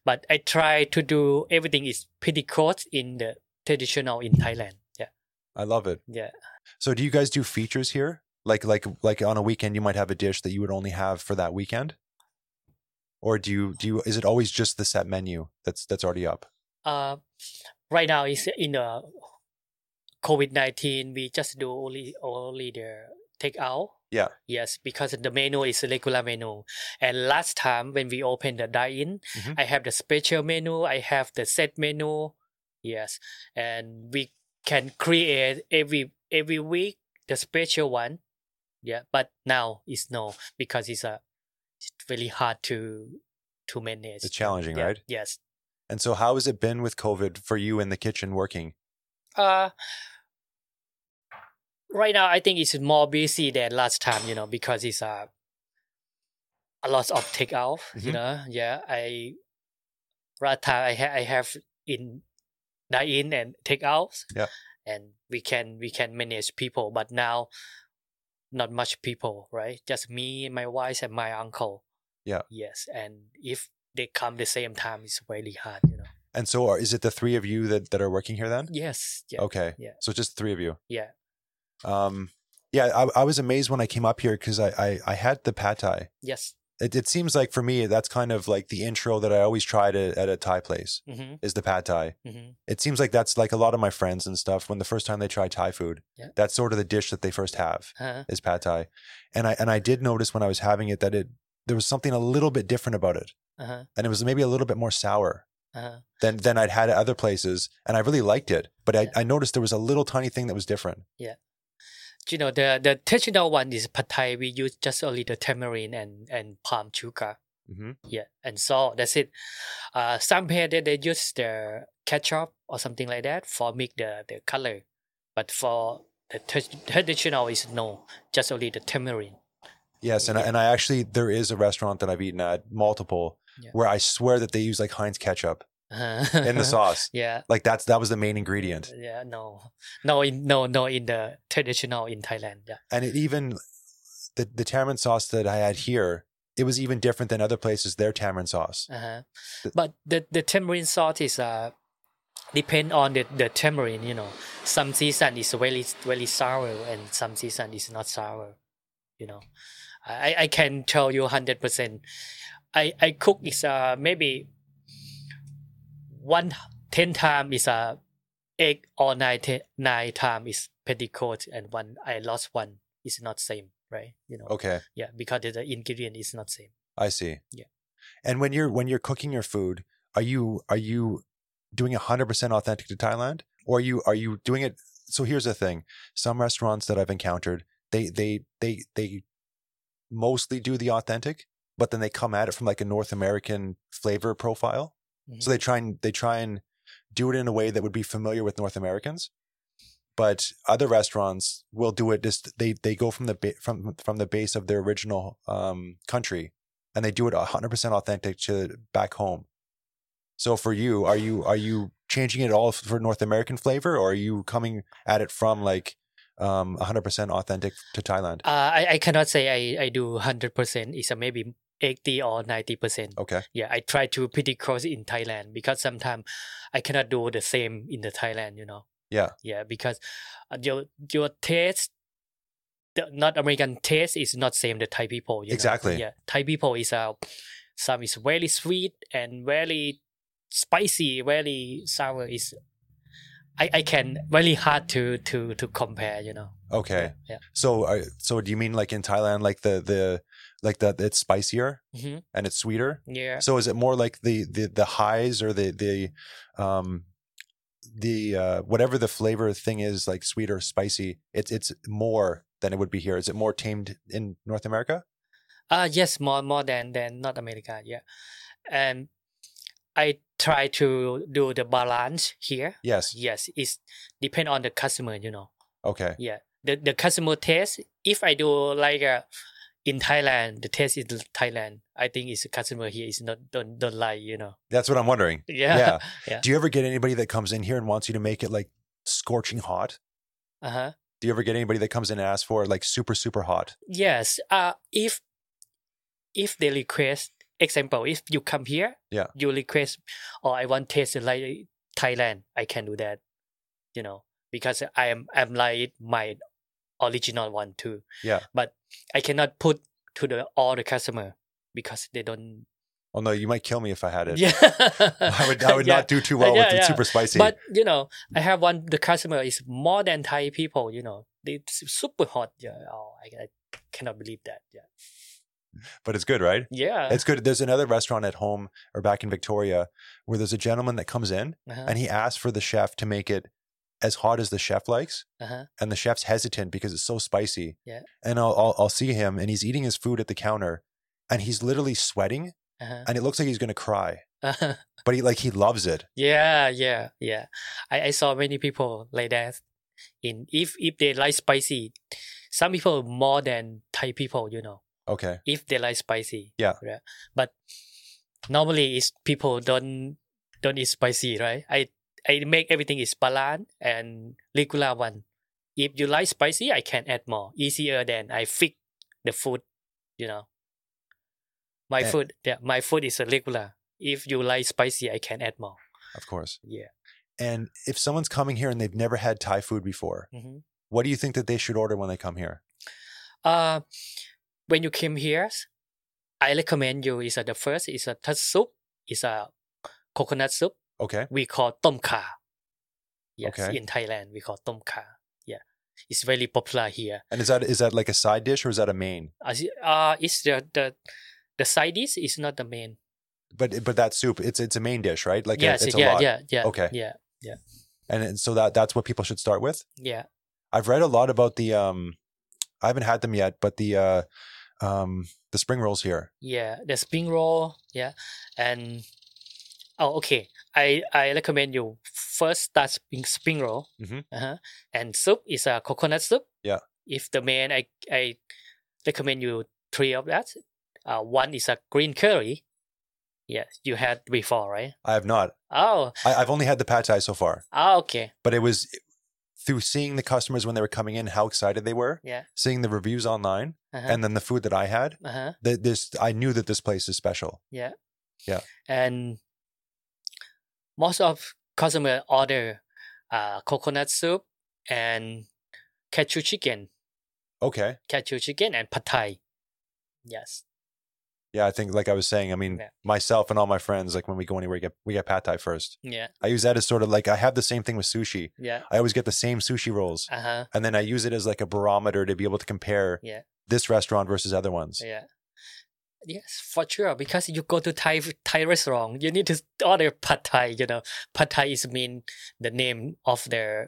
but I try to do everything is pretty close in the traditional in Thailand. Yeah, I love it. yeah. So do you guys do features here? Like like like on a weekend you might have a dish that you would only have for that weekend? Or do you do you is it always just the set menu that's that's already up? Uh, right now is in the COVID nineteen. We just do only only the takeout. Yeah. Yes, because the menu is a regular menu. And last time when we opened the dine-in, Mhm. I have the special menu. I have the set menu. Yes, and we can create every every week the special one. Yeah, but now it's no because it's a it's really hard to to manage. It's challenging, Yeah, right? Yes. And so how has it been with COVID for you in the kitchen working? Uh, right now, I think it's more busy than last time, you know, because it's uh, a lot of takeout, you Mhm. know. Yeah, I right time I ha- I have in dine in and takeouts. Yeah. and we can we can manage people, but now not much people, right? Just me, my wife, and my uncle. Yeah. Yes, and if they come the same time, it's really hard, you know. And so are, is it the three of you that, that are working here then? Yes. Yeah. Okay. Yeah. So just the three of you. Yeah. Um yeah, I, I was amazed when I came up here because I, I I had the pad thai. Yes. It, it seems like for me that's kind of like the intro that I always try to at a Thai place Mm-hmm. is the pad thai. Mm-hmm. it seems like that's like a lot of my friends and stuff when the first time they try thai food Yeah. that's sort of the dish that they first have Uh, is pad thai and i and i did notice when i was having it that it there was something a little bit different about it uh, and it was maybe a little bit more sour uh, than than i'd had at other places and i really liked it but i, Yeah. I noticed there was a little tiny thing that was different you know the the traditional one is pad thai. We use just only the tamarind and and palm sugar. mm-hmm. Yeah, and salt. That's it. Uh, some here they, they use the ketchup or something like that for make the the color, but for the tra- traditional is no, just only the tamarind. yes and, I, Yeah. and i actually there is a restaurant that i've eaten at multiple Yeah. where i swear that they use like heinz ketchup Uh, in the sauce yeah. like that's that was the main ingredient Yeah, no, no, in, no, no, in the traditional in Thailand, yeah, and it even the the tamarind sauce that I had here, it was even different than other places. Their tamarind sauce, uh-huh. The- but the the tamarind salt is uh depend on the, the tamarind you know some season is really really sour and some season is not sour you know i i can tell you 100% i i cook is uh maybe one ten time is uh egg or nine ten, nine time is petticoat and one i lost one is not same right you know okay, yeah because the ingredient is not same I see. Yeah. And when you're when you're cooking your food, are you are you doing hundred percent authentic to Thailand, or are you are you doing it? So here's the thing: some restaurants that I've encountered, they they they they mostly do the authentic, but then they come at it from like a North American flavor profile. So they try and they try and do it in a way that would be familiar with North Americans. But other restaurants will do it just they they go from the ba- from from the base of their original um, country, and they do it hundred percent authentic to back home. So for you, are you are you changing it all for North American flavor, or are you coming at it from like um hundred percent authentic to Thailand? Uh, I, I cannot say I, I do 100%. It's a maybe 80 or 90%. Okay, Yeah, I try to pretty close in Thailand because sometimes I cannot do the same in the Thailand, you know. Yeah. Yeah, because uh, your your taste, the North American taste is not same the Thai people. You know? Exactly. Yeah, Thai people is uh, some is very sweet and very spicy, very sour. Is I, I can really hard to to to compare, you know. okay. Yeah. So are, so do you mean like in Thailand, like the the like that it's spicier Yeah. hmm and it's sweeter? Yeah. So is it more like the the the highs or the the um the uh whatever the flavor thing is like sweet or spicy it's it's more than it would be here is it more tamed in North America Uh yes, more more than than North America, yeah. And I try to do the balance here. yes Yes, it's depend on the customer, you know. okay Yeah. The the customer taste, if I do like uh, in Thailand, the taste is Thailand. I think it's customer here is not don't don't like, you know. that's what I'm wondering Yeah. Yeah. yeah. do you ever get anybody that comes in here and wants you to make it like scorching hot Uh-huh. do you ever get anybody that comes in and asks for like super super hot Yes. Uh if if they request example, if you come here, Yeah. you request, or I want taste like Thailand, I can do that, you know, because I am I'm like my original one too. Yeah. But I cannot put to the all the customer because they don't. Oh no, you might kill me if I had it. Yeah. I would, I would Yeah. not do too well Yeah, with it yeah. super spicy. But you know, I have one. The customer is more than Thai people. You know, they super hot. Yeah. Oh, I, I cannot believe that. Yeah. but it's good, right? Yeah. It's good. There's another restaurant at home or back in Victoria where there's a gentleman that comes in uh-huh. and he asks for the chef to make it as hot as the chef likes. uh-huh. And the chef's hesitant because it's so spicy. Yeah. And I'll, I'll, I'll see him and he's eating his food at the counter and he's literally sweating Uh-huh. and it looks like he's going to cry, uh-huh. but he like he loves it. Yeah, yeah, yeah. I, I saw many people like that. In if if they like spicy, some people more than Thai people, you know, Okay. if they like spicy. Yeah. Right. But normally, it's people don't don't eat spicy, right? I I make everything is balanced and regular one. If you like spicy, I can add more easier than I fix the food, you know. My Eh. food, yeah, my food is a regular. If you like spicy, I can add more. Of course. Yeah. And if someone's coming here and they've never had Thai food before, hmm what do you think that they should order when they come here? Uh, when you came here, I recommend you is uh, the first is a tut soup, is a coconut soup Okay. we call tom kha. Yes, Okay. in Thailand we call tom kha. Yeah, it's very popular here. And is that is that like a side dish or is that a main? As it- uh, it's the the the side dish is not the main. But but that soup, it's it's a main dish, right? Like a- yes, it's a yeah, lot. yeah, yeah. Okay. Yeah, And it- so that that's what people should start with. yeah. I've read a lot about the um I haven't had them yet, but the uh um the spring rolls here. Yeah, the spring roll. Yeah, and oh, okay. I I recommend you first start spring spring roll. Mhm. Uh-huh. And soup is a coconut soup. Yeah. If the main, I I recommend you three of that. Uh, one is a green curry. Yes, you had before, right? I have not. Oh, I, I've only had the pad thai so far. ah, okay. But it was through seeing the customers when they were coming in, how excited they were, Yeah. seeing the reviews online, Uh-huh. and then the food that I had, uh-huh. that this I knew that this place is special. Yeah. Yeah. And most of customer order uh, coconut soup and katsu chicken, Okay. katsu chicken and pad thai. Yes. Yeah, I think like I was saying, I mean, Yeah. myself and all my friends, like when we go anywhere, we get we get pad thai first. Yeah. I use that as sort of like I have the same thing with sushi. Yeah. I always get the same sushi rolls, Uh huh. and then I use it as like a barometer to be able to compare Yeah. this restaurant versus other ones. Yeah. Yes, for sure. Because you go to Thai Thai restaurant, you need to order pad thai. You know, pad thai is mean the name of the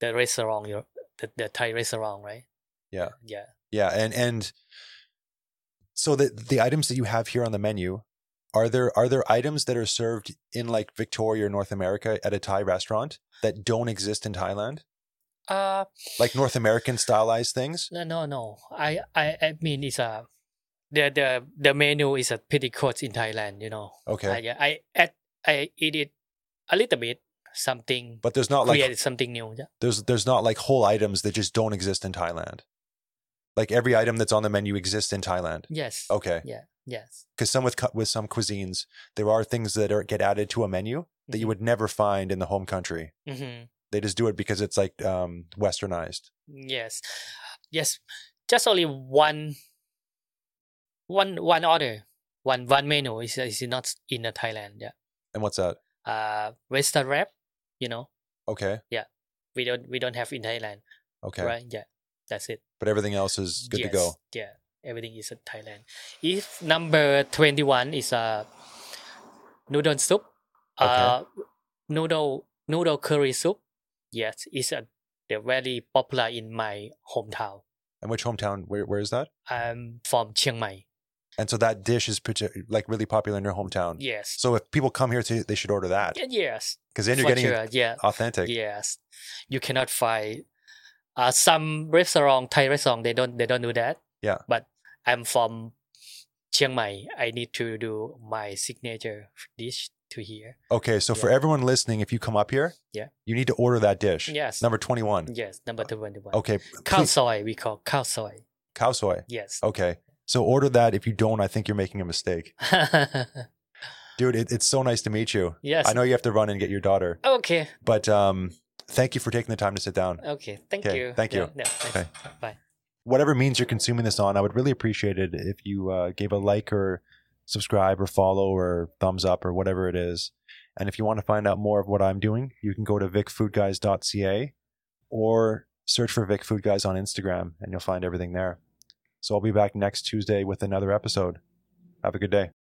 the restaurant, your the, the Thai restaurant, right? Yeah. Yeah. Yeah, and and so the the items that you have here on the menu are there are there items that are served in like Victoria or North America at a Thai restaurant that don't exist in Thailand, Uh, like North American stylized things? No, no, no. I, I, I mean, it's a the the the menu is a pretty course in Thailand. You know. Okay, I, yeah, I add, I eat it a little bit something, but there's not like created something new. Yeah. there's there's not like whole items that just don't exist in Thailand. Like every item that's on the menu exists in Thailand. Yes. Okay, Yes. because some with cu- with some cuisines, there are things that are get added to a menu that you Mhm. would never find in the home country. Mm-hmm. They just do it because it's like um, westernized. Yes. Yes. Just only one. One one order, one one menu is is not in the Thailand. Yeah. And what's that? Uh, Western wrap, you know, Okay, we don't we don't have in Thailand, okay, right? Yeah. That's it. but everything else is good yes, to go. Yeah, everything is in Thailand. If number twenty one is a noodle soup, uh, noodle noodle curry soup. Yes, it's a they're very popular in my hometown. And which hometown? Where where is that? I'm from Chiang Mai. And so that dish is partic- like really popular in your hometown. Yes. So if people come here, to, they should order that Yeah, yes. because then you're for getting sure. Yeah. authentic. Yes. You cannot find uh, some restaurant Thai restaurant they don't they don't do that. Yeah. But I'm from Chiang Mai. I need to do my signature dish to here. Okay, so for Yeah. everyone listening, if you come up here, Yeah. you need to order that dish. Yes. Number 21. Yes, number 21. Okay. Cow please- Oh. soy, we call cow soy. Cow soy. Yes. Okay. So order that. If you don't, I think you're making a mistake. Dude, it, it's so nice to meet you. yes. I know you have to run and get your daughter, Okay. but um, thank you for taking the time to sit down. Okay. Thank Okay, you. thank you. Yeah, yeah, thanks. Okay. Bye. Whatever means you're consuming this on, I would really appreciate it if you uh, gave a like or subscribe or follow or thumbs up or whatever it is. And if you want to find out more of what I'm doing, you can go to vicfoodguys.ca or search for Vic Food Guys on Instagram and you'll find everything there. So I'll be back next Tuesday with another episode. Have a good day.